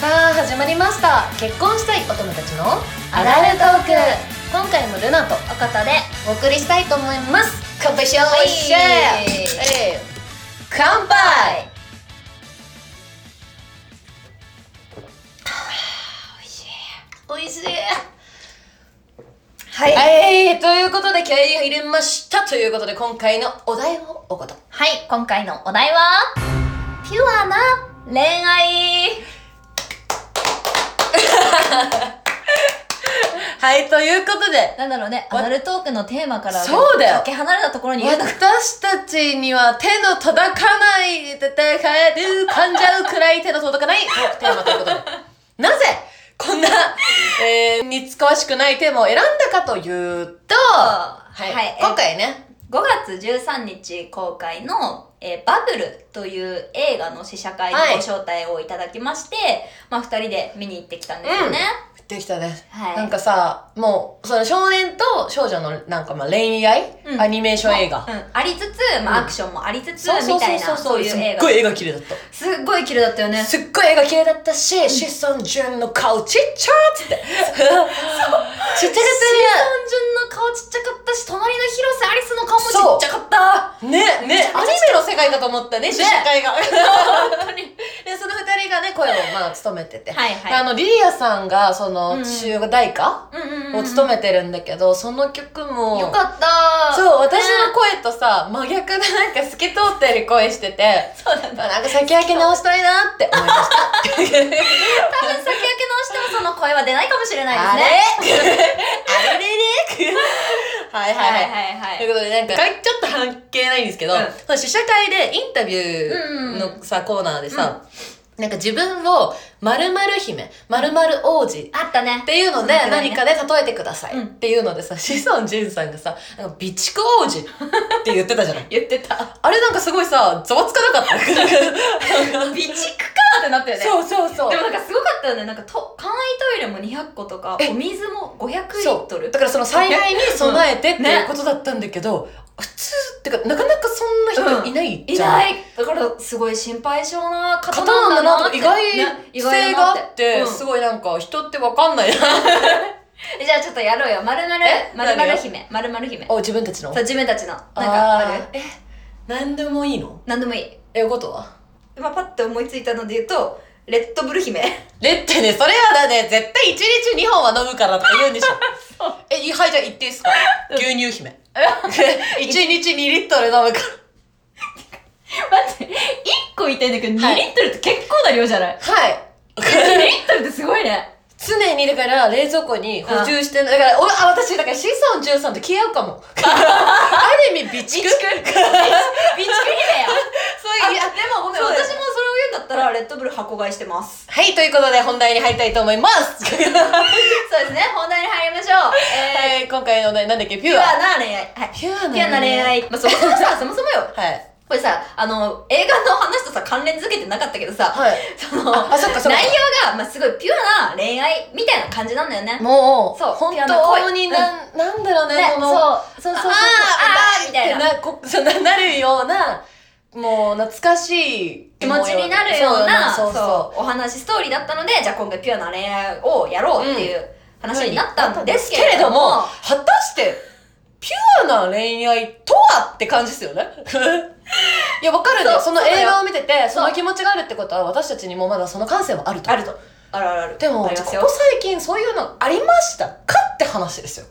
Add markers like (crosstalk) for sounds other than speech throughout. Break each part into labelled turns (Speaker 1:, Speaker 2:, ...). Speaker 1: さあ始まりました結婚したいお友達のアダルトーク今回もルナと赤田でお送りしたいと思います乾杯しよう
Speaker 2: はい
Speaker 1: えい乾杯おいしい
Speaker 2: はい
Speaker 1: はい、ということで気合い入れましたということで今回のお題をおこと
Speaker 2: はい、今回のお題は、ピュアな恋愛。
Speaker 1: はいということで
Speaker 2: なんだろうね、
Speaker 1: わ
Speaker 2: アダルトークのテーマから、
Speaker 1: そうだよ
Speaker 2: かけ離れたところにいるの
Speaker 1: 私たちには手の届かないでて帰る噛んじゃうくらい手の届かないトークテーマということでなぜこんな、えー、似つかわしくないテーマを選んだかというと、はい
Speaker 2: はい
Speaker 1: 今回ね、
Speaker 2: 5月13日公開の、えーバブルという映画の試写会に
Speaker 1: はい
Speaker 2: ご招待をいただきまして、まあ2人で見に行ってきたんですよね。
Speaker 1: できたね。
Speaker 2: はい。
Speaker 1: なんかさ、もう、その少年と少女のなんかまあ恋愛、
Speaker 2: うん
Speaker 1: アニメーション映画。
Speaker 2: うん、ありつつ、ま
Speaker 1: う
Speaker 2: あ、
Speaker 1: ん
Speaker 2: アクションもありつつ、
Speaker 1: そうそ
Speaker 2: み
Speaker 1: う
Speaker 2: た
Speaker 1: そ
Speaker 2: いう
Speaker 1: そ
Speaker 2: な、
Speaker 1: う
Speaker 2: そういう
Speaker 1: す
Speaker 2: 映
Speaker 1: っ
Speaker 2: 画
Speaker 1: ご。い映画綺麗だっ
Speaker 2: すっごい綺麗だったよね
Speaker 1: た。。すっごい映画綺麗だったし、シソンジュンの顔ち (laughs) っちゃーっつって。ちっちゃか
Speaker 2: 単純の顔ちっちゃかったし、隣の広瀬アリスの顔もちっちゃかった。
Speaker 1: ったね。ね、ね、アニメの世界かと思ったね、主催会が。
Speaker 2: 本当に。
Speaker 1: (laughs) で、その二人がね、声をまあ務めてて。
Speaker 2: はい
Speaker 1: であ
Speaker 2: はい。
Speaker 1: の、リリアさんが、そ
Speaker 2: うん
Speaker 1: の、中華大歌
Speaker 2: うんうんうん
Speaker 1: を務めてるんだけど、その曲も。
Speaker 2: よかった。
Speaker 1: そう、私の声とさ、真逆ななんか透き通ってる声してて、
Speaker 2: そうなんだ。
Speaker 1: なんか先明け直したいなって思いま
Speaker 2: (laughs)
Speaker 1: した。 (laughs)
Speaker 2: 多分先明け直してもその声は出ないかもしれないですね。
Speaker 1: あれれれはいはいはい。
Speaker 2: はいは
Speaker 1: とい
Speaker 2: いう
Speaker 1: ことで、なんか、ちょっと関係ないんですけど、
Speaker 2: うん
Speaker 1: その試写会でインタビューのさ、コーナーでさ、なんか自分を〇〇姫、〇〇王子っ
Speaker 2: あったね。
Speaker 1: ていうので、
Speaker 2: そうだね
Speaker 1: 何かで例えてください、
Speaker 2: うん
Speaker 1: っていうのでさ、志尊淳さんがさ、なんか備蓄王子って言ってたじゃない
Speaker 2: 言ってた。備
Speaker 1: (laughs) あれなんかすごいさ、ざわつかなかった。
Speaker 2: 蓄かってなったよ
Speaker 1: (laughs)
Speaker 2: ね。
Speaker 1: そうそうそう
Speaker 2: で。もなんかすごかったよね。なんかと、簡易トイレも200個とか、
Speaker 1: え
Speaker 2: お水も500リ
Speaker 1: そ
Speaker 2: ッ
Speaker 1: う
Speaker 2: トル。
Speaker 1: だからその災害に備えてって
Speaker 2: ね
Speaker 1: いうことだったんだけど、普通ってかなかなかそんな人いない
Speaker 2: い
Speaker 1: じゃん、
Speaker 2: ない。だからすごい心配性な方
Speaker 1: 方
Speaker 2: な
Speaker 1: なんん
Speaker 2: だ
Speaker 1: だ
Speaker 2: な
Speaker 1: なと
Speaker 2: って。
Speaker 1: か意外
Speaker 2: ね意
Speaker 1: 性
Speaker 2: 外
Speaker 1: が
Speaker 2: だ
Speaker 1: あ
Speaker 2: な
Speaker 1: って、
Speaker 2: うん
Speaker 1: すごいなんか人ってわかんないな
Speaker 2: えじゃあちょっとやろうよ。まるまる
Speaker 1: え、
Speaker 2: まるま
Speaker 1: 何
Speaker 2: る
Speaker 1: よ
Speaker 2: 姫、まるまる姫。
Speaker 1: (laughs) お自分たちの
Speaker 2: そう、自分たちの。なん
Speaker 1: あー
Speaker 2: かある
Speaker 1: え何でもいいの
Speaker 2: なんでもいい。
Speaker 1: えことは
Speaker 2: 今パッて思いついたので言うと、レッドブル (laughs) 姫。
Speaker 1: レッテねそれはだね絶対一日2本は飲むからって言うん (laughs) でしょえいはいじゃあ言っていいですか牛乳姫 (laughs) 一日2リットル飲むから
Speaker 2: 待って、1個言いたいんだけど、
Speaker 1: はい
Speaker 2: 2リットルって結構な量じゃな
Speaker 1: (laughs)
Speaker 2: い
Speaker 1: はい
Speaker 2: 2リットルってすごい (laughs) ね。
Speaker 1: 常にだから冷蔵庫に補充してないだからおあ私だからシソン13と消え合うか (laughs) もある意味備蓄そういう
Speaker 2: 備蓄姫や。
Speaker 1: いや
Speaker 2: でもごめん、
Speaker 1: そうだよ
Speaker 2: 私もそれを言うんだったら、レッドブル箱買いしてます。
Speaker 1: はいということで本題に入りたいと思います (laughs)
Speaker 2: そうですね、本題に入りましょう。えー、
Speaker 1: はい今回のお題なんだっけピ
Speaker 2: ピ
Speaker 1: ュ
Speaker 2: ュア
Speaker 1: ア
Speaker 2: な恋愛。はい。
Speaker 1: ピュアな
Speaker 2: ピュアな恋愛。まあ、そもそもさ、そもそもよ。
Speaker 1: はい
Speaker 2: これさ、あの、映画の話とさ、関連づけてなかったけどさ、
Speaker 1: はい
Speaker 2: その、
Speaker 1: あそっかそっか
Speaker 2: 内容が、まあ、すごいピュアな恋愛みたいな感じなんだよね。
Speaker 1: もう
Speaker 2: そう
Speaker 1: 本
Speaker 2: ピュアな恋
Speaker 1: 当になん、なんだろうね
Speaker 2: ね、
Speaker 1: こ
Speaker 2: そう
Speaker 1: の
Speaker 2: そうそうそう
Speaker 1: あ
Speaker 2: そう。あーみたいな。
Speaker 1: なこ (laughs) そうななるようなもう懐かしい
Speaker 2: 気持ちになるような、
Speaker 1: そ
Speaker 2: そうう
Speaker 1: そ
Speaker 2: お話、ストーリーだったので、じゃあ今回ピュアな恋愛をやろうっていう
Speaker 1: う
Speaker 2: 話になったんですけ
Speaker 1: け
Speaker 2: れ
Speaker 1: れ
Speaker 2: ど
Speaker 1: ど
Speaker 2: も、
Speaker 1: も果たしてピュアな恋愛とはって感じですよね (laughs) いやわかるね
Speaker 2: そう
Speaker 1: その映画を見てて
Speaker 2: そ
Speaker 1: そうの気持ちがあるってことは私たちにもまだその感性はあると
Speaker 2: あると。あるあるある。
Speaker 1: でも
Speaker 2: あ
Speaker 1: こ
Speaker 2: りますよ
Speaker 1: こ。最近そういうのありましたかって話ですよ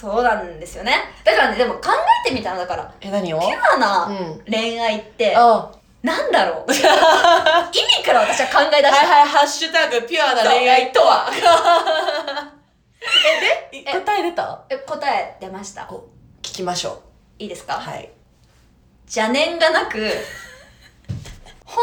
Speaker 2: そうなんですよね。だからね、でも考えてみたのだから、
Speaker 1: え何を
Speaker 2: ピュア
Speaker 1: う
Speaker 2: なん恋愛って、
Speaker 1: あ
Speaker 2: なんだ
Speaker 1: (laughs)
Speaker 2: ろう意味から私は考え出した。
Speaker 1: はい、ハッシュタグピュアなとは。え、で
Speaker 2: え
Speaker 1: 答え出た
Speaker 2: え答え出ました。
Speaker 1: お聞きましょ
Speaker 2: いいです
Speaker 1: う。
Speaker 2: か
Speaker 1: はい。
Speaker 2: 邪念がなく、本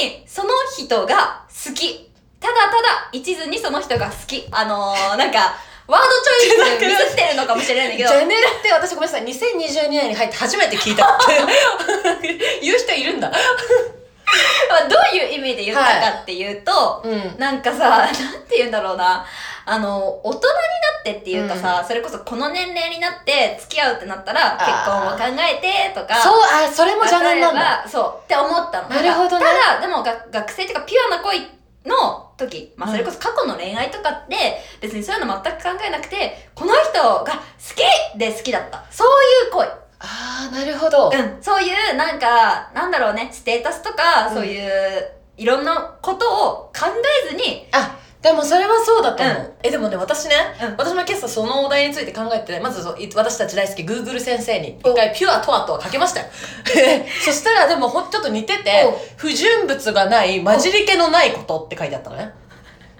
Speaker 2: 当にその人が好き。ただただ一途にその人が好き。あのー、なんか、ワードチョイスミスってるのかもしれないん
Speaker 1: ジ (laughs)
Speaker 2: だけど、
Speaker 1: ェネルって私ごめんなさい、2022年に入って初めて聞いたって言う (laughs) 人いるんだ。
Speaker 2: まあどういう意味で言ったかっていうと、
Speaker 1: うん。
Speaker 2: なんかさ、なんて言うんだろうな。あの、大人になってっていうかさ、それこそこの年齢になって付き合うってなったら、結婚を
Speaker 1: あー
Speaker 2: 考えてとか、
Speaker 1: そう、あ、それも邪念なん
Speaker 2: 例え
Speaker 1: だ。
Speaker 2: ばそうって思ったの
Speaker 1: なるほどね
Speaker 2: ただでもが学生っていうかピュアな恋の時、まあ、
Speaker 1: うん
Speaker 2: それこそ過去の恋愛とかって別にそういうの全く考えなくてこの人が好きで好きだったそういう恋
Speaker 1: ああ、なるほど。
Speaker 2: うん、そういうなんかなんだろうねステータスとか、
Speaker 1: うん
Speaker 2: そういういろんなことを考えずに、
Speaker 1: でもそれはそうだと思う。え、でもね、私ね、
Speaker 2: うん
Speaker 1: 私も今朝そのお題について考えて、まずそうい私たち大好き Google 先生に一回ピュアとはとはかけま
Speaker 2: (laughs)
Speaker 1: したよ。そしたらでもほんちょっと似てて
Speaker 2: お、
Speaker 1: 不純物がない、混じり気のないことって書いてあったのね。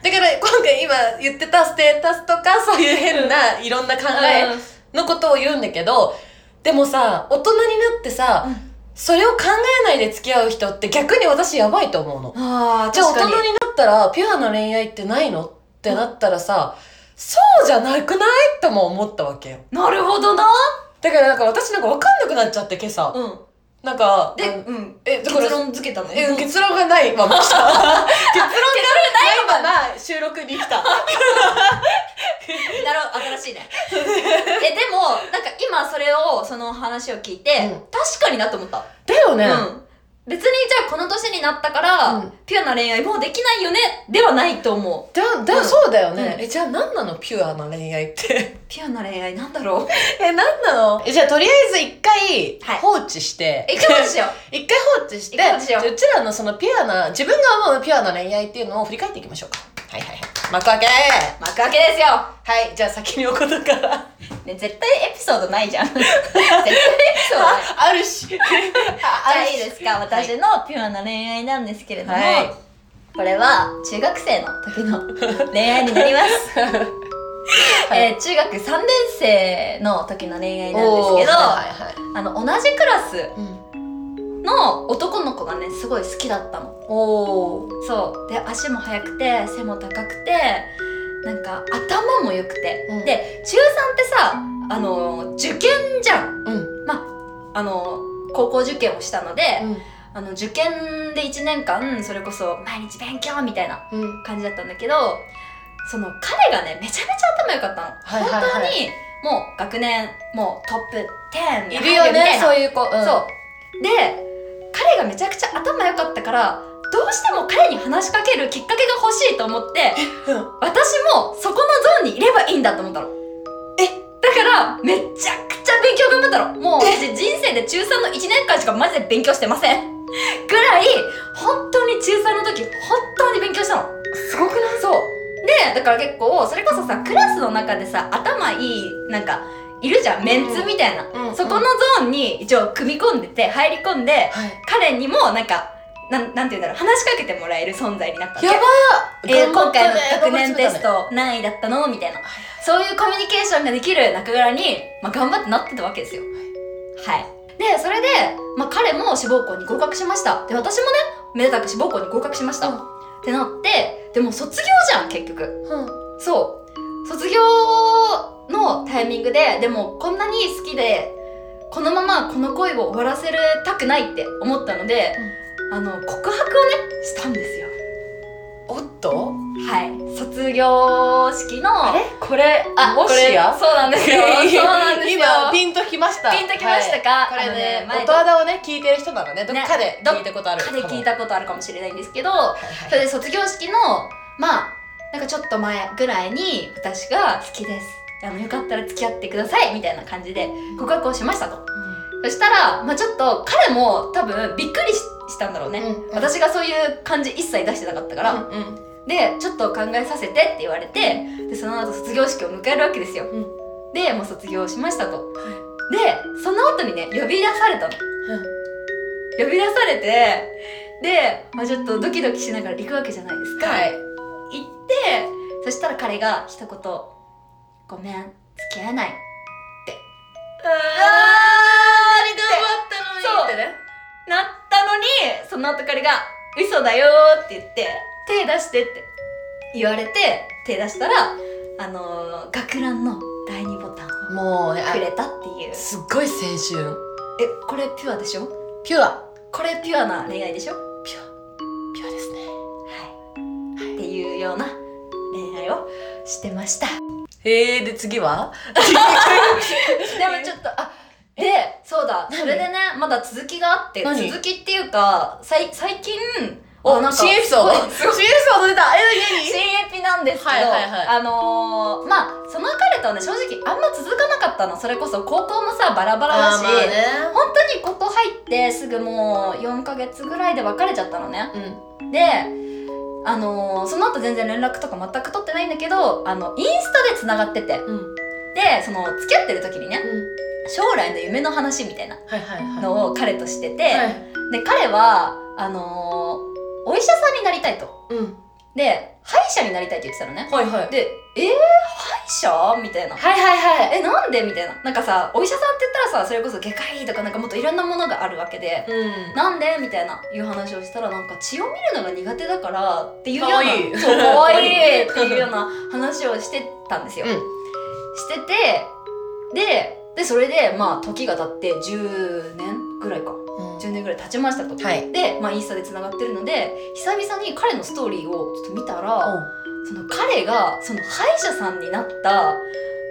Speaker 1: だから今回今言ってたステータスとかそういう変ないろんな考え
Speaker 2: うん
Speaker 1: のことを言うんだけど、でもさ、大人になってさ、
Speaker 2: うん
Speaker 1: それを考えないで付き合う人って逆に私やばいと思うの。
Speaker 2: ああ
Speaker 1: じゃあ
Speaker 2: 確
Speaker 1: 大人
Speaker 2: か
Speaker 1: に
Speaker 2: に
Speaker 1: なったら、ピュアな恋愛ってないのってなったらさ、そうじゃなくないとも思ったわけよ。
Speaker 2: なるほどな、
Speaker 1: だからなんか私なんかわかんなくなっちゃって今朝。
Speaker 2: うん、
Speaker 1: なんか、
Speaker 2: で、
Speaker 1: うん
Speaker 2: うん、
Speaker 1: え、だから、
Speaker 2: 結論付けたの
Speaker 1: え
Speaker 2: よ
Speaker 1: 結論がないまま来た。結
Speaker 2: (laughs)
Speaker 1: 論がないまま収録に来た。
Speaker 2: なるほど新しいねえでもなんか今それをその話を聞いて、
Speaker 1: うん
Speaker 2: 確かになと思った、
Speaker 1: だよね。
Speaker 2: うん別にじゃあこの年になったから、
Speaker 1: うん
Speaker 2: ピュアな恋愛もうできないよねではないと思う
Speaker 1: だ、だ、
Speaker 2: うん
Speaker 1: そうだよね。
Speaker 2: うん
Speaker 1: え、じゃあ何なのピュアな恋愛
Speaker 2: (laughs)
Speaker 1: って。
Speaker 2: ピュアな恋愛なんだ
Speaker 1: (laughs)
Speaker 2: ろう
Speaker 1: え、何なのえ、じゃあとりあえず一回
Speaker 2: はい
Speaker 1: 放置して。
Speaker 2: え今日しよう
Speaker 1: 一回放置して
Speaker 2: 一回放置しよう
Speaker 1: うちらのそのピュアな自分が思うピュアな恋愛っていうのを振り返っていきましょうかはいはいはい幕開け
Speaker 2: 幕開けですよ
Speaker 1: はいじゃあ先におことから
Speaker 2: ね、絶対エピソードない
Speaker 1: (laughs)
Speaker 2: じゃん。絶対エピソード (laughs) ない。
Speaker 1: あるし
Speaker 2: じゃ
Speaker 1: あ
Speaker 2: あいいですか、私のピュアな恋愛なんですけれども、
Speaker 1: はい
Speaker 2: これは中学生の時の恋愛になりま
Speaker 1: (laughs)
Speaker 2: す。
Speaker 1: はい
Speaker 2: えー中学3年生の時の恋愛なんです
Speaker 1: おー
Speaker 2: けど、
Speaker 1: はいはいはい
Speaker 2: あの同じクラス
Speaker 1: うん
Speaker 2: の男の子がねすごい好きだったの。
Speaker 1: おー
Speaker 2: そうで足も速くて背も高くてなんか頭も良くて、
Speaker 1: うん
Speaker 2: で中3ってさあの受験じゃん。
Speaker 1: うん
Speaker 2: あの高校受験をしたので、
Speaker 1: うん
Speaker 2: あの受験で1年間それこそ毎日勉強みたいな
Speaker 1: うん
Speaker 2: 感じだったんだけどその彼がねめちゃめちゃ頭良かったの、
Speaker 1: はいはいはい
Speaker 2: 本当にもう学年もうトップ10に
Speaker 1: い
Speaker 2: 入
Speaker 1: るよ
Speaker 2: みた
Speaker 1: ね
Speaker 2: いな
Speaker 1: そういう子うん
Speaker 2: そうで彼がめちゃくちゃ頭良かったからどうしても彼に話しかけるきっかけが欲しいと思って
Speaker 1: うん
Speaker 2: 私もそこのゾーンにいればいいんだと思ったのえだからめちゃくちゃ勉強頑張ったのもう私人生で中3の1年間しかマジで勉強してませんぐらい本当に中3の時本当に勉強したの
Speaker 1: すごくない
Speaker 2: そうでだから結構それこそさクラスの中でさ頭いいなんかいるじゃんメンツみたいな、
Speaker 1: うんうん
Speaker 2: そこのゾーンに一応組み込んでて入り込んで
Speaker 1: はい
Speaker 2: 彼にもなんかなんなんて言うんだろう話しかけてもらえる存在になったわけ
Speaker 1: やばー
Speaker 2: えー
Speaker 1: 頑張
Speaker 2: 今
Speaker 1: ったね
Speaker 2: 回の学年テス
Speaker 1: 頑張っ
Speaker 2: ト何位だったのみたいな
Speaker 1: はいはい
Speaker 2: そういうコミュニケーションができる中村に、まあ、頑張ってなってたわけですよはいでそれで、まあ、彼も志望校に合格しましたで私もねめでたく志望校に合格しました、
Speaker 1: うん
Speaker 2: ってなってでも卒業じゃん結局
Speaker 1: てたね
Speaker 2: そう卒業のタイミングででもこんなに好きでこのままこの恋を終わらせるたくないって思ったので、あの告白をねしたんですよ
Speaker 1: うんおっと
Speaker 2: はい卒業式の
Speaker 1: あれこれ
Speaker 2: あ
Speaker 1: もしや
Speaker 2: これそうなんですよ
Speaker 1: (laughs)
Speaker 2: そうなんですよ
Speaker 1: 今ピンときました
Speaker 2: ピンときましたか、
Speaker 1: これね、
Speaker 2: あの
Speaker 1: 音肌をね、聞いてる人ならね、どっかで
Speaker 2: ね
Speaker 1: 聞いたことあるかも。
Speaker 2: 前で聞いたことあるかもしれないんですけど
Speaker 1: はいは
Speaker 2: そ
Speaker 1: い。
Speaker 2: れで卒業式のまあなんかちょっと前ぐらいに私が好きですあのよかったら付き合ってくださいみたいな感じで告白をしましたとそしたら、まあ、ちょっと彼も多分びっくりししたんだろうね、
Speaker 1: うん
Speaker 2: 私がそういう感じ一切出してなかったから、
Speaker 1: うんうん
Speaker 2: でちょっと考えさせてって言われてでその後卒業式を迎えるわけですよ、
Speaker 1: うん
Speaker 2: でもう卒業しましたと、でその後にね呼び出されたの呼び出されてで、まあ、ちょっとドキドキしながら行くわけじゃないですか、
Speaker 1: はい。
Speaker 2: 行ってそしたら彼が一言「ごめん付き合えない」
Speaker 1: あ
Speaker 2: ー頑張ったのにって
Speaker 1: ね。
Speaker 2: なったのにその後彼が「嘘だよ」って言って「手出して」って言われて手出したらあのー学ランの第二ボタンを
Speaker 1: もうね、あ
Speaker 2: くれたっていう
Speaker 1: すっごい青春。
Speaker 2: えこれピュアでしょ
Speaker 1: ピュア。
Speaker 2: これピュアな恋愛でしょは
Speaker 1: ピュア。ピュアですね。
Speaker 2: いっていうような恋愛をしてました
Speaker 1: へえ、で次は
Speaker 2: でもちょっとあでそうだ
Speaker 1: 何
Speaker 2: それでねまだ続きがあって
Speaker 1: 何
Speaker 2: 続きっていうかさい最近
Speaker 1: お、
Speaker 2: あなんか
Speaker 1: 新エピソード。
Speaker 2: す
Speaker 1: (laughs)
Speaker 2: ごい
Speaker 1: 新エピ
Speaker 2: す
Speaker 1: ソ
Speaker 2: ごい
Speaker 1: ード出た。え、何
Speaker 2: 新エピなんですけど、
Speaker 1: はいはいはい
Speaker 2: あのーまあその彼とはね正直あんま続かなかったのそれこそ高校もさバラバラだし、
Speaker 1: あ
Speaker 2: 本当にここ入ってすぐもう4ヶ月ぐらいで別れちゃったのね
Speaker 1: ーまあね。
Speaker 2: であのーその後全然連絡とか全く取ってないんだけどあのインスタでつながってて
Speaker 1: うん。うん。
Speaker 2: でその付き合ってる時にね
Speaker 1: うん。
Speaker 2: 将来の夢の話みたいな
Speaker 1: はいはいはい。
Speaker 2: のを彼としてて、
Speaker 1: はい。
Speaker 2: で彼はあのーお医者さんになりたいと
Speaker 1: うん。
Speaker 2: で歯医者になりたいって言ってたのね
Speaker 1: はいはい。
Speaker 2: で「えー、歯医者?」みたいな
Speaker 1: はいはいは
Speaker 2: えなんでみたいななんかさお医者さんって言ったらさそれこそ外科医とかなんかもっといろんなものがあるわけで、
Speaker 1: い。うん。
Speaker 2: なんでみたいないう話をしたらなんか血を見るのが苦手だからっていうよう
Speaker 1: か
Speaker 2: な
Speaker 1: わいい
Speaker 2: そうかわいいっ
Speaker 1: か
Speaker 2: て
Speaker 1: わいい
Speaker 2: いうような話をしてたんですよ、
Speaker 1: うん
Speaker 2: しててででそれでまあ時が経って10年ぐらいか10年ぐらい経ちましたと、
Speaker 1: はい
Speaker 2: で、まあ、インスタでつながってるので久々に彼のストーリーをちょっと見たらその彼がその歯医者さんになった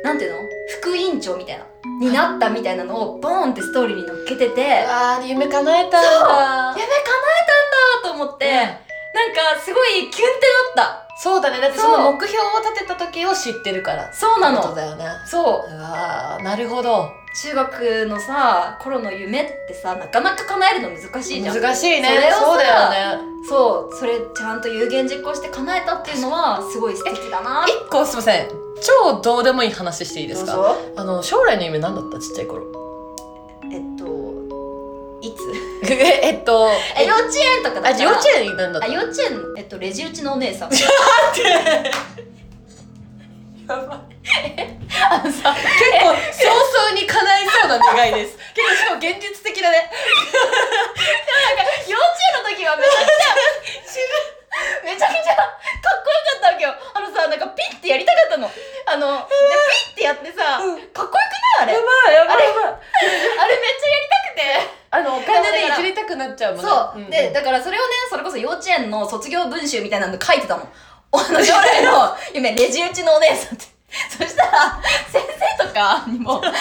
Speaker 2: なんていうの副院長みたいなになったみたいなのをボーンってストーリーに乗っけてて、夢叶え
Speaker 1: あー、夢叶えたんだ。
Speaker 2: たんだと思って、なんかすごいキュンってなった
Speaker 1: そうだね。だってそ
Speaker 2: そう
Speaker 1: の目標を立てた時を知ってるから。
Speaker 2: そうな
Speaker 1: そう
Speaker 2: の
Speaker 1: だよね。
Speaker 2: そう
Speaker 1: うわー、なるほど。
Speaker 2: 中学のさ頃の夢ってさなかなか叶えるの難しいじゃん
Speaker 1: 難しいね
Speaker 2: それ。をさ
Speaker 1: そうだよね。
Speaker 2: そうそれちゃんと有言実行して叶えたっていうのはすごい素敵だな
Speaker 1: 一個すいません。超どうでもいい話していいですか
Speaker 2: どうぞ
Speaker 1: あの、将来の夢何だったちっちゃい頃。
Speaker 2: えっといつ
Speaker 1: え、えっと。
Speaker 2: え幼稚園とかだから
Speaker 1: あ、幼稚園なんだっ
Speaker 2: あ
Speaker 1: た
Speaker 2: 幼稚園えっとレジ打ちのお姉 (laughs) さん
Speaker 1: やばい
Speaker 2: あのさ
Speaker 1: 結構早々に叶いそうな願いです (laughs) 結構しかも現実的だね
Speaker 2: 幼稚園の時はめちゃくちゃめちゃくちゃかっこよかったわけよあのさなんかピッてやりたかったのあのでピッてやってさ、
Speaker 1: うん
Speaker 2: かっこよくないあれ
Speaker 1: ばいや
Speaker 2: ばい
Speaker 1: ばい
Speaker 2: あれめっちゃやりたくて
Speaker 1: あのお金でいじりたくなっちゃうもんね
Speaker 2: そう、
Speaker 1: ん
Speaker 2: でだからそれをねそれこそ幼稚園の卒業文集みたいなの書いてたの (laughs) おあの将来の夢レジ打ちのお姉さんって (laughs) そしたら先生とかにも「あ多分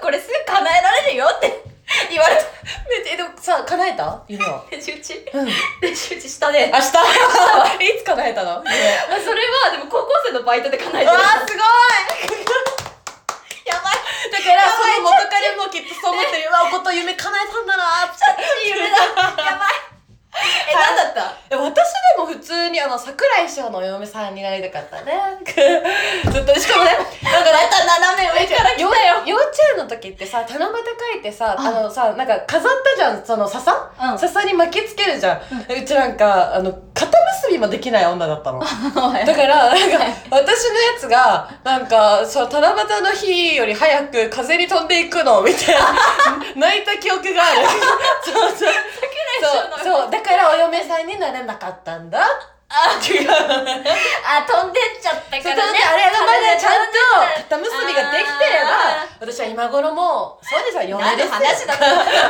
Speaker 2: これすぐ叶えられるよ」って (laughs) 言われた
Speaker 1: めっちゃえでもさ叶えた夢は
Speaker 2: レジ打ち
Speaker 1: うん明 (laughs) 日
Speaker 2: レジ打ちしたね
Speaker 1: いつ叶えたの夢
Speaker 2: あそれはでも高校生のバイトで叶えてる
Speaker 1: わ (laughs) あすごい
Speaker 2: やばい
Speaker 1: だから
Speaker 2: やばい
Speaker 1: その元彼もきっとそう思ってるうわおこと夢叶えたんだなーって
Speaker 2: 夢だやばいえ何だった
Speaker 1: え私でも普通にあの桜井師匠のお嫁さんになりたかったねずっとしかもねなんかね
Speaker 2: あた斜め上から
Speaker 1: 幼幼稚園の時ってさ七夕書いてさあのさなんか飾ったじゃんその笹、
Speaker 2: うん
Speaker 1: 笹に巻きつけるじゃん、うちなんかあの肩結びもできない女だったのだからなんか私のやつがなんかそう七夕の日より早く風に飛んでいくのみたいな泣いた記憶が
Speaker 2: (laughs)
Speaker 1: あるそうそうそうそうだからお嫁さんになれなかったんだあ違う
Speaker 2: あ飛んでっちゃった
Speaker 1: そう
Speaker 2: か
Speaker 1: だね
Speaker 2: らね、
Speaker 1: あれがまだちゃんと肩
Speaker 2: 飛んでっち
Speaker 1: 結
Speaker 2: ゃった
Speaker 1: びができてれば私は今頃もそうですよ嫁
Speaker 2: 何
Speaker 1: で
Speaker 2: の
Speaker 1: す
Speaker 2: 話だっ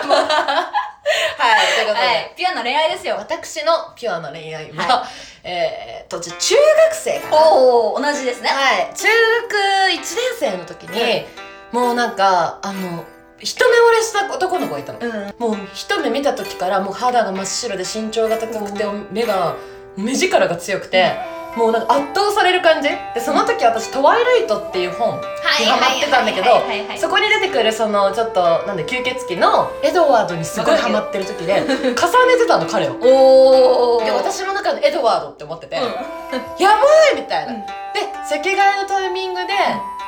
Speaker 2: たもう
Speaker 1: はいということで、
Speaker 2: はいピュアな恋愛ですよ
Speaker 1: 私のピュアな恋愛は、
Speaker 2: は
Speaker 1: えーっとじゃあ中学生かな
Speaker 2: おお同じですね
Speaker 1: はい中学1年生の時に、
Speaker 2: はい
Speaker 1: もうなんかあの一目惚れした男の子がいたの、
Speaker 2: う
Speaker 1: も
Speaker 2: ん
Speaker 1: う一目見た時からもう肌が真っ白で身長が高くて目が目力が強くて、もうなんか圧倒される感じでその時私「トワイライト」っていう本
Speaker 2: はい
Speaker 1: にハマってたんだけ
Speaker 2: はいはいはいはい
Speaker 1: どそこに出てくるそのちょっとなんだ吸血鬼のエドワードにすごいハマってる
Speaker 2: (laughs)
Speaker 1: 時で重ねてたの彼を。
Speaker 2: おお
Speaker 1: で私の中のエドワードって思ってて、
Speaker 2: うん
Speaker 1: やばいみたいな。
Speaker 2: うん
Speaker 1: で席替えのタイミングで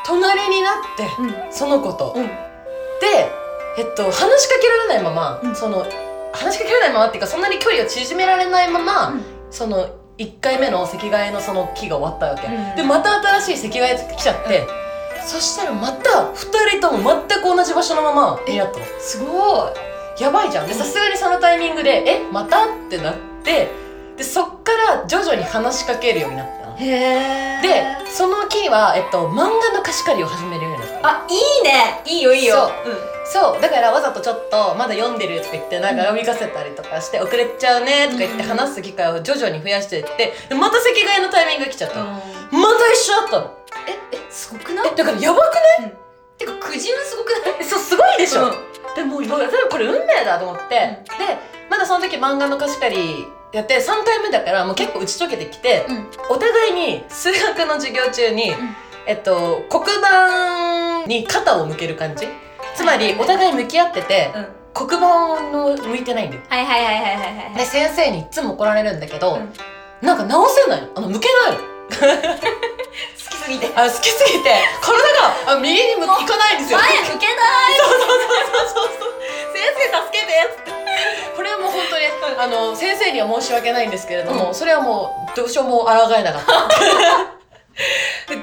Speaker 1: 隣になって
Speaker 2: うん
Speaker 1: その子と。
Speaker 2: うん
Speaker 1: で、えっと、話しかけられないまま、
Speaker 2: うん
Speaker 1: その話しかけられないままっていうかそんなに距離を縮められないまま、
Speaker 2: うん
Speaker 1: その1回目の席替えのその期が終わったわけ、
Speaker 2: うん
Speaker 1: でまた新しい席替えが来ちゃって、そしたらまた2人とも全く同じ場所のまま出会ったの
Speaker 2: すごい
Speaker 1: やばいじゃんでさすがにそのタイミングで「えまた?」ってなってでそっから徐々に話しかけるようになったの
Speaker 2: へえ
Speaker 1: でその期は、えっと、漫画の貸し借りを始めるようになった
Speaker 2: あいいねいいよいいよう
Speaker 1: そうだからわざとちょっとまだ読んでるとか言ってなんか読みかせたりとかして遅れちゃうねとか言って
Speaker 2: うん
Speaker 1: 話す機会を徐々に増やしていってでまた席替えのタイミングが来ちゃったの、
Speaker 2: ん
Speaker 1: また一緒だったの
Speaker 2: ええすごくない
Speaker 1: えだからやばくない
Speaker 2: てかくじ運すごくない
Speaker 1: えそうすごいでしょ、
Speaker 2: うん
Speaker 1: でもう多分これ運命だと思って、
Speaker 2: うん
Speaker 1: でまだその時漫画の貸し借りやって3回目だからもう結構打ち解けてきて、
Speaker 2: うん
Speaker 1: お互いに数学の授業中に、
Speaker 2: ん
Speaker 1: えっと黒板に肩を向ける感じつまりお互い向き合ってて、
Speaker 2: うん
Speaker 1: 黒板を向いてないんだよ
Speaker 2: はいはいはいはいはいは
Speaker 1: で
Speaker 2: い
Speaker 1: 先生にいつも怒られるんだけど、
Speaker 2: うん
Speaker 1: なんか直せないのあの向けないの
Speaker 2: 好きすぎて
Speaker 1: あ好きすぎて体があ右に向行かないんですよ
Speaker 2: 前向けない
Speaker 1: そうそう先生助けてっつってこれはもう本当にあの先生には申し訳ないんですけれども、
Speaker 2: う
Speaker 1: それはもうどうしようも抗えなかった (laughs) でずー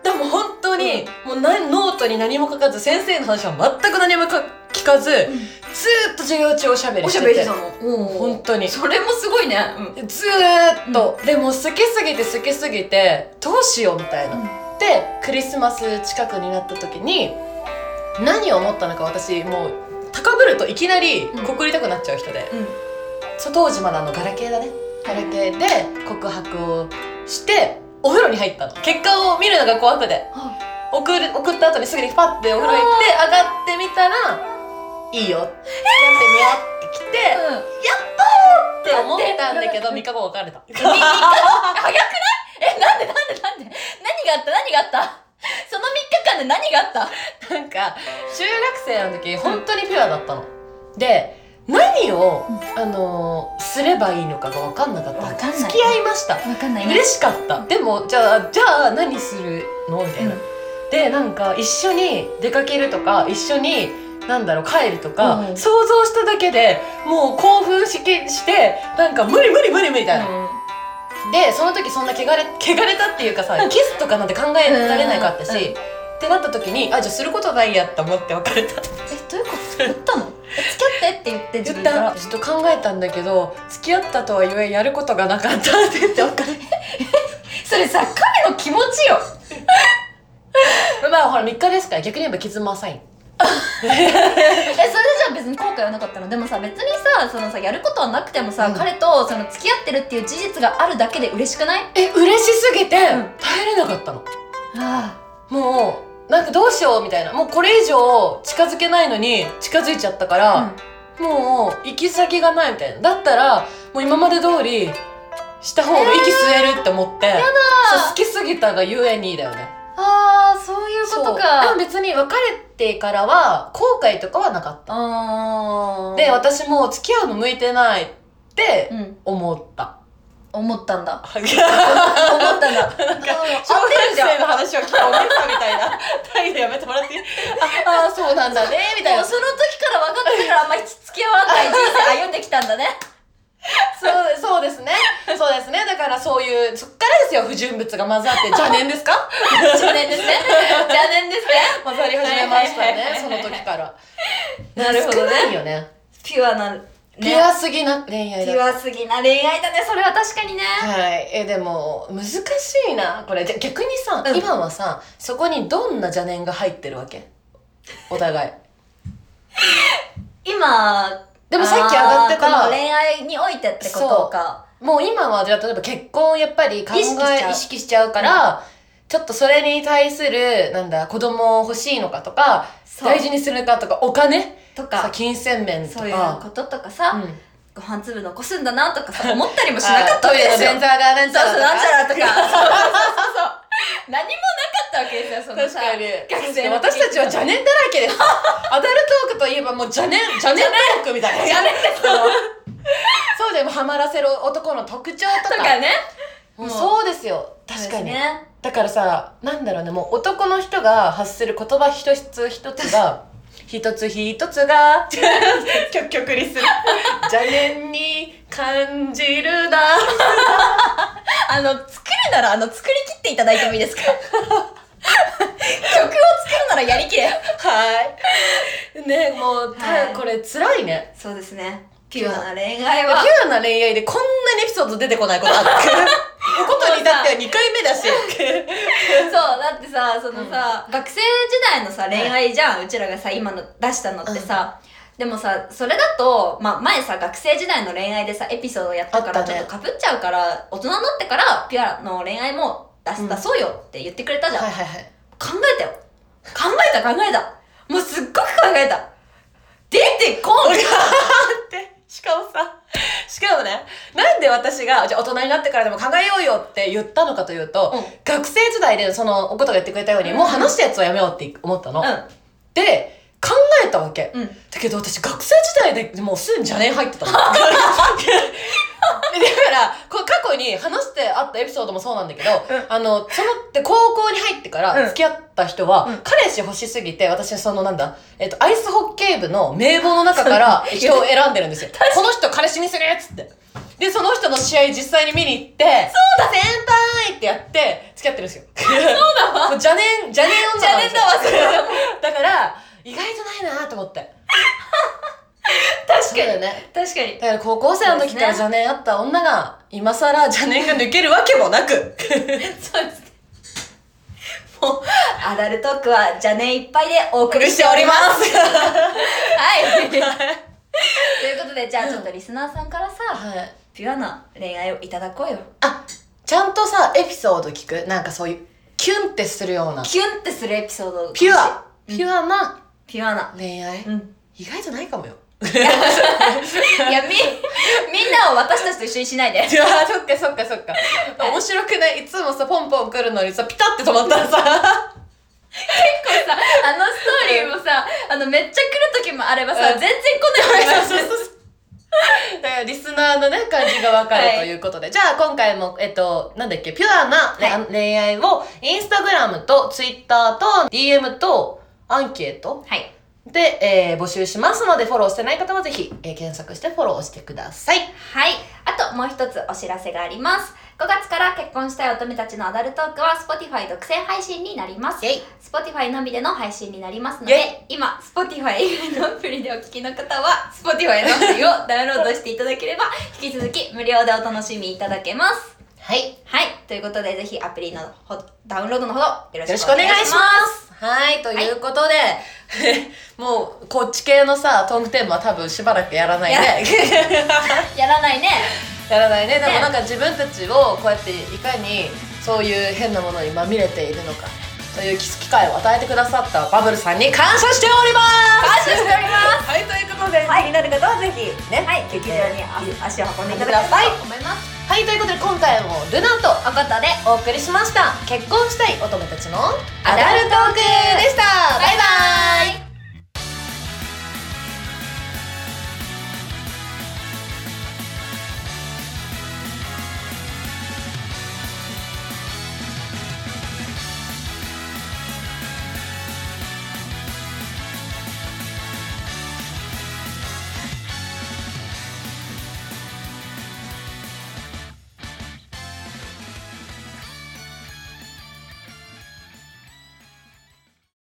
Speaker 1: っともう本当に、もうなノートに何も書かず先生の話は全く何もか聞かず、ずーっと授業中おしゃべり
Speaker 2: お
Speaker 1: し
Speaker 2: しゃ
Speaker 1: て
Speaker 2: べりしててたのお
Speaker 1: 本
Speaker 2: ー
Speaker 1: 当に
Speaker 2: それもすごいねうん
Speaker 1: ずーっと、でもう好きすぎて好きすぎてどうしようみたいな、
Speaker 2: うん
Speaker 1: でクリスマス近くになった時に何を思ったのか私もう高ぶるといきなり
Speaker 2: うん
Speaker 1: 告りたくなっちゃう人で、
Speaker 2: うん
Speaker 1: そう当時まだあのガラケーだねガラケーで告白をしてお風呂に入ったの結果を見るのが怖くて
Speaker 2: あ
Speaker 1: 送る送った後にすぐにパッてお風呂行って上がってみたら「いいよ」やってみようって来て
Speaker 2: うん
Speaker 1: って思ったんだけど
Speaker 2: うん
Speaker 1: 3日後別れ
Speaker 2: (laughs)
Speaker 1: た。
Speaker 2: 早くないえなんでなんでなんで何があった何があったその3日間で何があった
Speaker 1: なんか中学生の時本当にピュアだったの。で何を、あのーすればいいのかが分かんなかった
Speaker 2: 分かんない
Speaker 1: 付き合いました
Speaker 2: わかんな
Speaker 1: 嬉しかったでもじゃあじゃあ何するのみたいな、
Speaker 2: うん
Speaker 1: でなんか一緒に出かけるとか一緒になんだろう帰るとか、
Speaker 2: うん
Speaker 1: 想像しただけでもう興奮しきしてなんか無理無理無理みたいな、でその時そんな汚れ汚れたっていうか (laughs) さキスとかなんて考えられなかったし、
Speaker 2: うんうん
Speaker 1: ってなった時にあじゃあすることないやって思って別れた
Speaker 2: えどういうこと言ったのえ付き合ってって言って自
Speaker 1: 言っ
Speaker 2: 分から
Speaker 1: たちょっと考えたんだけど付き合ったとは言えやることがなかったって言って別れ
Speaker 2: それさ彼の気持ちよ
Speaker 1: た (laughs) まあほら3日ですから逆に言えば傷も浅い
Speaker 2: えそれじゃあ別に後悔はなかったのでもさ別にさそのさやることはなくてもさ、
Speaker 1: うん
Speaker 2: 彼とその付き合ってるっていう事実があるだけで嬉しくない
Speaker 1: え嬉しすぎて
Speaker 2: ん
Speaker 1: 耐えれなかったの
Speaker 2: あ
Speaker 1: もうなんかどうしようみたいなもうこれ以上近づけないのに近づいちゃったから、
Speaker 2: あ、
Speaker 1: もう行き先がないみたいなだったらもう今まで通りした方が息吸えるって思って、そう好きすぎたがゆえにだよね
Speaker 2: あーそういうこと
Speaker 1: そうで
Speaker 2: か
Speaker 1: も別に別れてからは後悔とかはなかっ
Speaker 2: あ
Speaker 1: た
Speaker 2: ー
Speaker 1: で私も付き合うの向いてないって
Speaker 2: うん
Speaker 1: 思 (laughs) った、
Speaker 2: 思ったんだ
Speaker 1: (laughs) 小学
Speaker 2: 思ったんだあー合ってるじゃん
Speaker 1: 生の話を聞いたお姉さんみたいな態度やめてもらっていい (laughs) ああーそうなんだねみたい
Speaker 2: も
Speaker 1: な
Speaker 2: うその時から分かってたからあんまり付き合
Speaker 1: (laughs)
Speaker 2: わない人生歩んできたんだね
Speaker 1: そうそうですねそうですねだからそういうそっからですよ不純物が混ざって邪念ですか
Speaker 2: 邪
Speaker 1: (laughs)
Speaker 2: 念ですね邪念ですね
Speaker 1: 混ざり始めました
Speaker 2: はいはいはいは
Speaker 1: ね
Speaker 2: い
Speaker 1: その時から
Speaker 2: なるほど
Speaker 1: 少
Speaker 2: ね
Speaker 1: ないよね
Speaker 2: ピュアな、ね、
Speaker 1: ピュアすぎな恋愛
Speaker 2: ピ
Speaker 1: だ
Speaker 2: ュアすぎな恋愛だねそれは確かにね
Speaker 1: はい、えでも難しいなこれじゃ逆にさ、
Speaker 2: うん
Speaker 1: 今はさそこにどんな邪念が入ってるわけお (laughs) 互い
Speaker 2: 今
Speaker 1: でもさっき上がってた
Speaker 2: あーこの恋愛においてってことか
Speaker 1: もう今はじゃあ例えば結婚をやっぱり考
Speaker 2: 意識しちゃ
Speaker 1: え
Speaker 2: う
Speaker 1: 意識しちゃうから、ちょっとそれに対するなんだ子供を欲しいのかとか
Speaker 2: そう
Speaker 1: 大事にするかとかお金
Speaker 2: と
Speaker 1: さ
Speaker 2: か
Speaker 1: 金銭面とか
Speaker 2: そういうこととかさ、
Speaker 1: うん
Speaker 2: ご飯粒残すんだなとかさ思ったりもしなかったわ
Speaker 1: ト
Speaker 2: け
Speaker 1: イレ
Speaker 2: で
Speaker 1: の
Speaker 2: すよ
Speaker 1: 便座がなんちゃ
Speaker 2: そう
Speaker 1: らとか
Speaker 2: そうなんちゃらとかそうそうそうそう何もなかったわけですよその
Speaker 1: 確
Speaker 2: さ
Speaker 1: かに
Speaker 2: 学生の時
Speaker 1: 私たちは邪念だらけですアダルトークといえばもう邪念邪念トークみたいな
Speaker 2: 邪念
Speaker 1: トークそうでもハマらせる男の特徴とか
Speaker 2: とかね
Speaker 1: もう
Speaker 2: もう
Speaker 1: そうですよ確か
Speaker 2: そう
Speaker 1: に、
Speaker 2: ですね
Speaker 1: だからさなんだろうねもう男の人が発する言葉一つ一つが一つ一つが曲曲にする (laughs) 邪念に感じるな
Speaker 2: あの、作るなら、あの、作り切っていただいてもいいですか曲を作るならやりきれ。
Speaker 1: はいねもう、た
Speaker 2: はい
Speaker 1: これ辛いね
Speaker 2: そうですね。ピュアな恋愛は。
Speaker 1: ピュアな恋愛でこんなにエピソード出てこないこと (laughs) あることにだっては2回目だし
Speaker 2: そう、だってさ、そのさ、学生時代のさ、恋愛じゃん、うちらがさ、今の出したのってさ、でもさ、それだと、まあ、前さ、学生時代の恋愛でさ、エピソードやったか
Speaker 1: あ
Speaker 2: ら、
Speaker 1: った
Speaker 2: ちょ
Speaker 1: ね
Speaker 2: っと被っちゃうから、大人になってから、ピュアの恋愛も出
Speaker 1: うん
Speaker 2: す、出そうよって言ってくれたじゃ
Speaker 1: (laughs)
Speaker 2: ん。
Speaker 1: はいはいはい
Speaker 2: 考えたよ。考えた、考えた。もうすっごく考えた。出てこん
Speaker 1: 俺がってしかもさしかもね、なんで私が、じゃあ大人になってからでも考えようよって言ったのかというと、
Speaker 2: うん
Speaker 1: 学生時代でその、おことが言ってくれたように、
Speaker 2: うん
Speaker 1: もう話したやつはやめようって思ったの。
Speaker 2: う
Speaker 1: で、考えたわけ。
Speaker 2: ん。うん。
Speaker 1: だけど私学生時代でもうすでに邪念入 (laughs) ってたの。だから、こう過去に話してあったエピソードもそうなんだけど、
Speaker 2: ん
Speaker 1: あの、その、で、高校に入ってから
Speaker 2: うん
Speaker 1: 付き合った人は、
Speaker 2: うん
Speaker 1: 彼氏欲しすぎて、私そのなんだ、えっと、アイスホッケー部の名簿の中 (laughs) から
Speaker 2: そう
Speaker 1: 人を選んでるんですよ。この人彼氏にするっつって。で、その人の試合実際に見に行って、そうだ先輩ってやって、付き合ってるんですよ。そうだわ (laughs) 邪念、邪念女なんですよ
Speaker 2: 邪念だわ
Speaker 1: (laughs) だから、意外とないなと思って。
Speaker 2: 確か
Speaker 1: だ
Speaker 2: に。
Speaker 1: よね。
Speaker 2: 確かに。
Speaker 1: だから高校生の時から邪念あった女が、今更邪念が抜けるわけもな (laughs) く。
Speaker 2: そうですね。もう、アダルトークは邪念いっぱいでお送りしております。
Speaker 1: す。
Speaker 2: はい。ということで、じゃあちょっとリスナーさんからさ、
Speaker 1: はい。
Speaker 2: ピュアな恋愛をいただこうよ。
Speaker 1: あ、ちゃんとさ、エピソード聞くなんかそういう、キュンってするような。
Speaker 2: キュンってするエピソード。
Speaker 1: ピュア。ピュアな
Speaker 2: ピュアな。
Speaker 1: 恋愛。
Speaker 2: うん。
Speaker 1: 意外とないかもよ。
Speaker 2: いや、み、みんなを私たちと一緒にしないで。
Speaker 1: いやーそっかそっかそっか。面白くないいつもさ、ポンポン来るのにさ、ピタって止まったらさ、
Speaker 2: さあのストーリーもさ、あの、めっちゃ来る時もあればさ、
Speaker 1: うん
Speaker 2: 全然来ない時もあるし。
Speaker 1: だからリスナーのね、感じがわかるということで。じゃあ今回も、えっと、なんだっけ、ピュアな、ね
Speaker 2: は
Speaker 1: 恋愛を、インスタグラムとツイッターと DM とアンケート
Speaker 2: はい。
Speaker 1: で、えー募集しますので、フォローしてない方はぜひ、えー検索してフォローしてください。
Speaker 2: はい。あともう一つお知らせがあります。5月から結婚したい乙女たちのアダルトークは Spotify 独占配信になります。
Speaker 1: イェイ
Speaker 2: Spotify のみでの配信になりますの
Speaker 1: イェ
Speaker 2: で、今、Spotify 以外のアプリでお聞きの方は、Spotify のアプリをダウンロードしていただければ、引き続き無料でお楽しみいただけます。
Speaker 1: はい。よ
Speaker 2: はい。ということで、ぜひアプリのほダウンロードのほどよろ
Speaker 1: ろ
Speaker 2: し
Speaker 1: し
Speaker 2: く
Speaker 1: く
Speaker 2: お
Speaker 1: お
Speaker 2: 願
Speaker 1: 願
Speaker 2: い
Speaker 1: い
Speaker 2: し
Speaker 1: し
Speaker 2: ま。
Speaker 1: ますす。はい、ということで、 (laughs) もう、こっち系のさ、トークテーマは多分しばらくやらないね。
Speaker 2: やらないね。
Speaker 1: やらないねでもなんか自分たちをこうやっていかにそういう変なものにまみれているのかという機会を与えてくださったバブルさんに感謝しております
Speaker 2: 感謝しております
Speaker 1: はいということで
Speaker 2: はい、気になる方はぜひ、ね、
Speaker 1: ね
Speaker 2: はい、劇場にあ足を運んでいただければと思います。
Speaker 1: はいということで今回もルナ
Speaker 2: お
Speaker 1: と
Speaker 2: ことで、
Speaker 1: お送りしました結婚したい乙女たちの
Speaker 2: アダルトーク
Speaker 1: でしたバイバイ
Speaker 2: バイバイ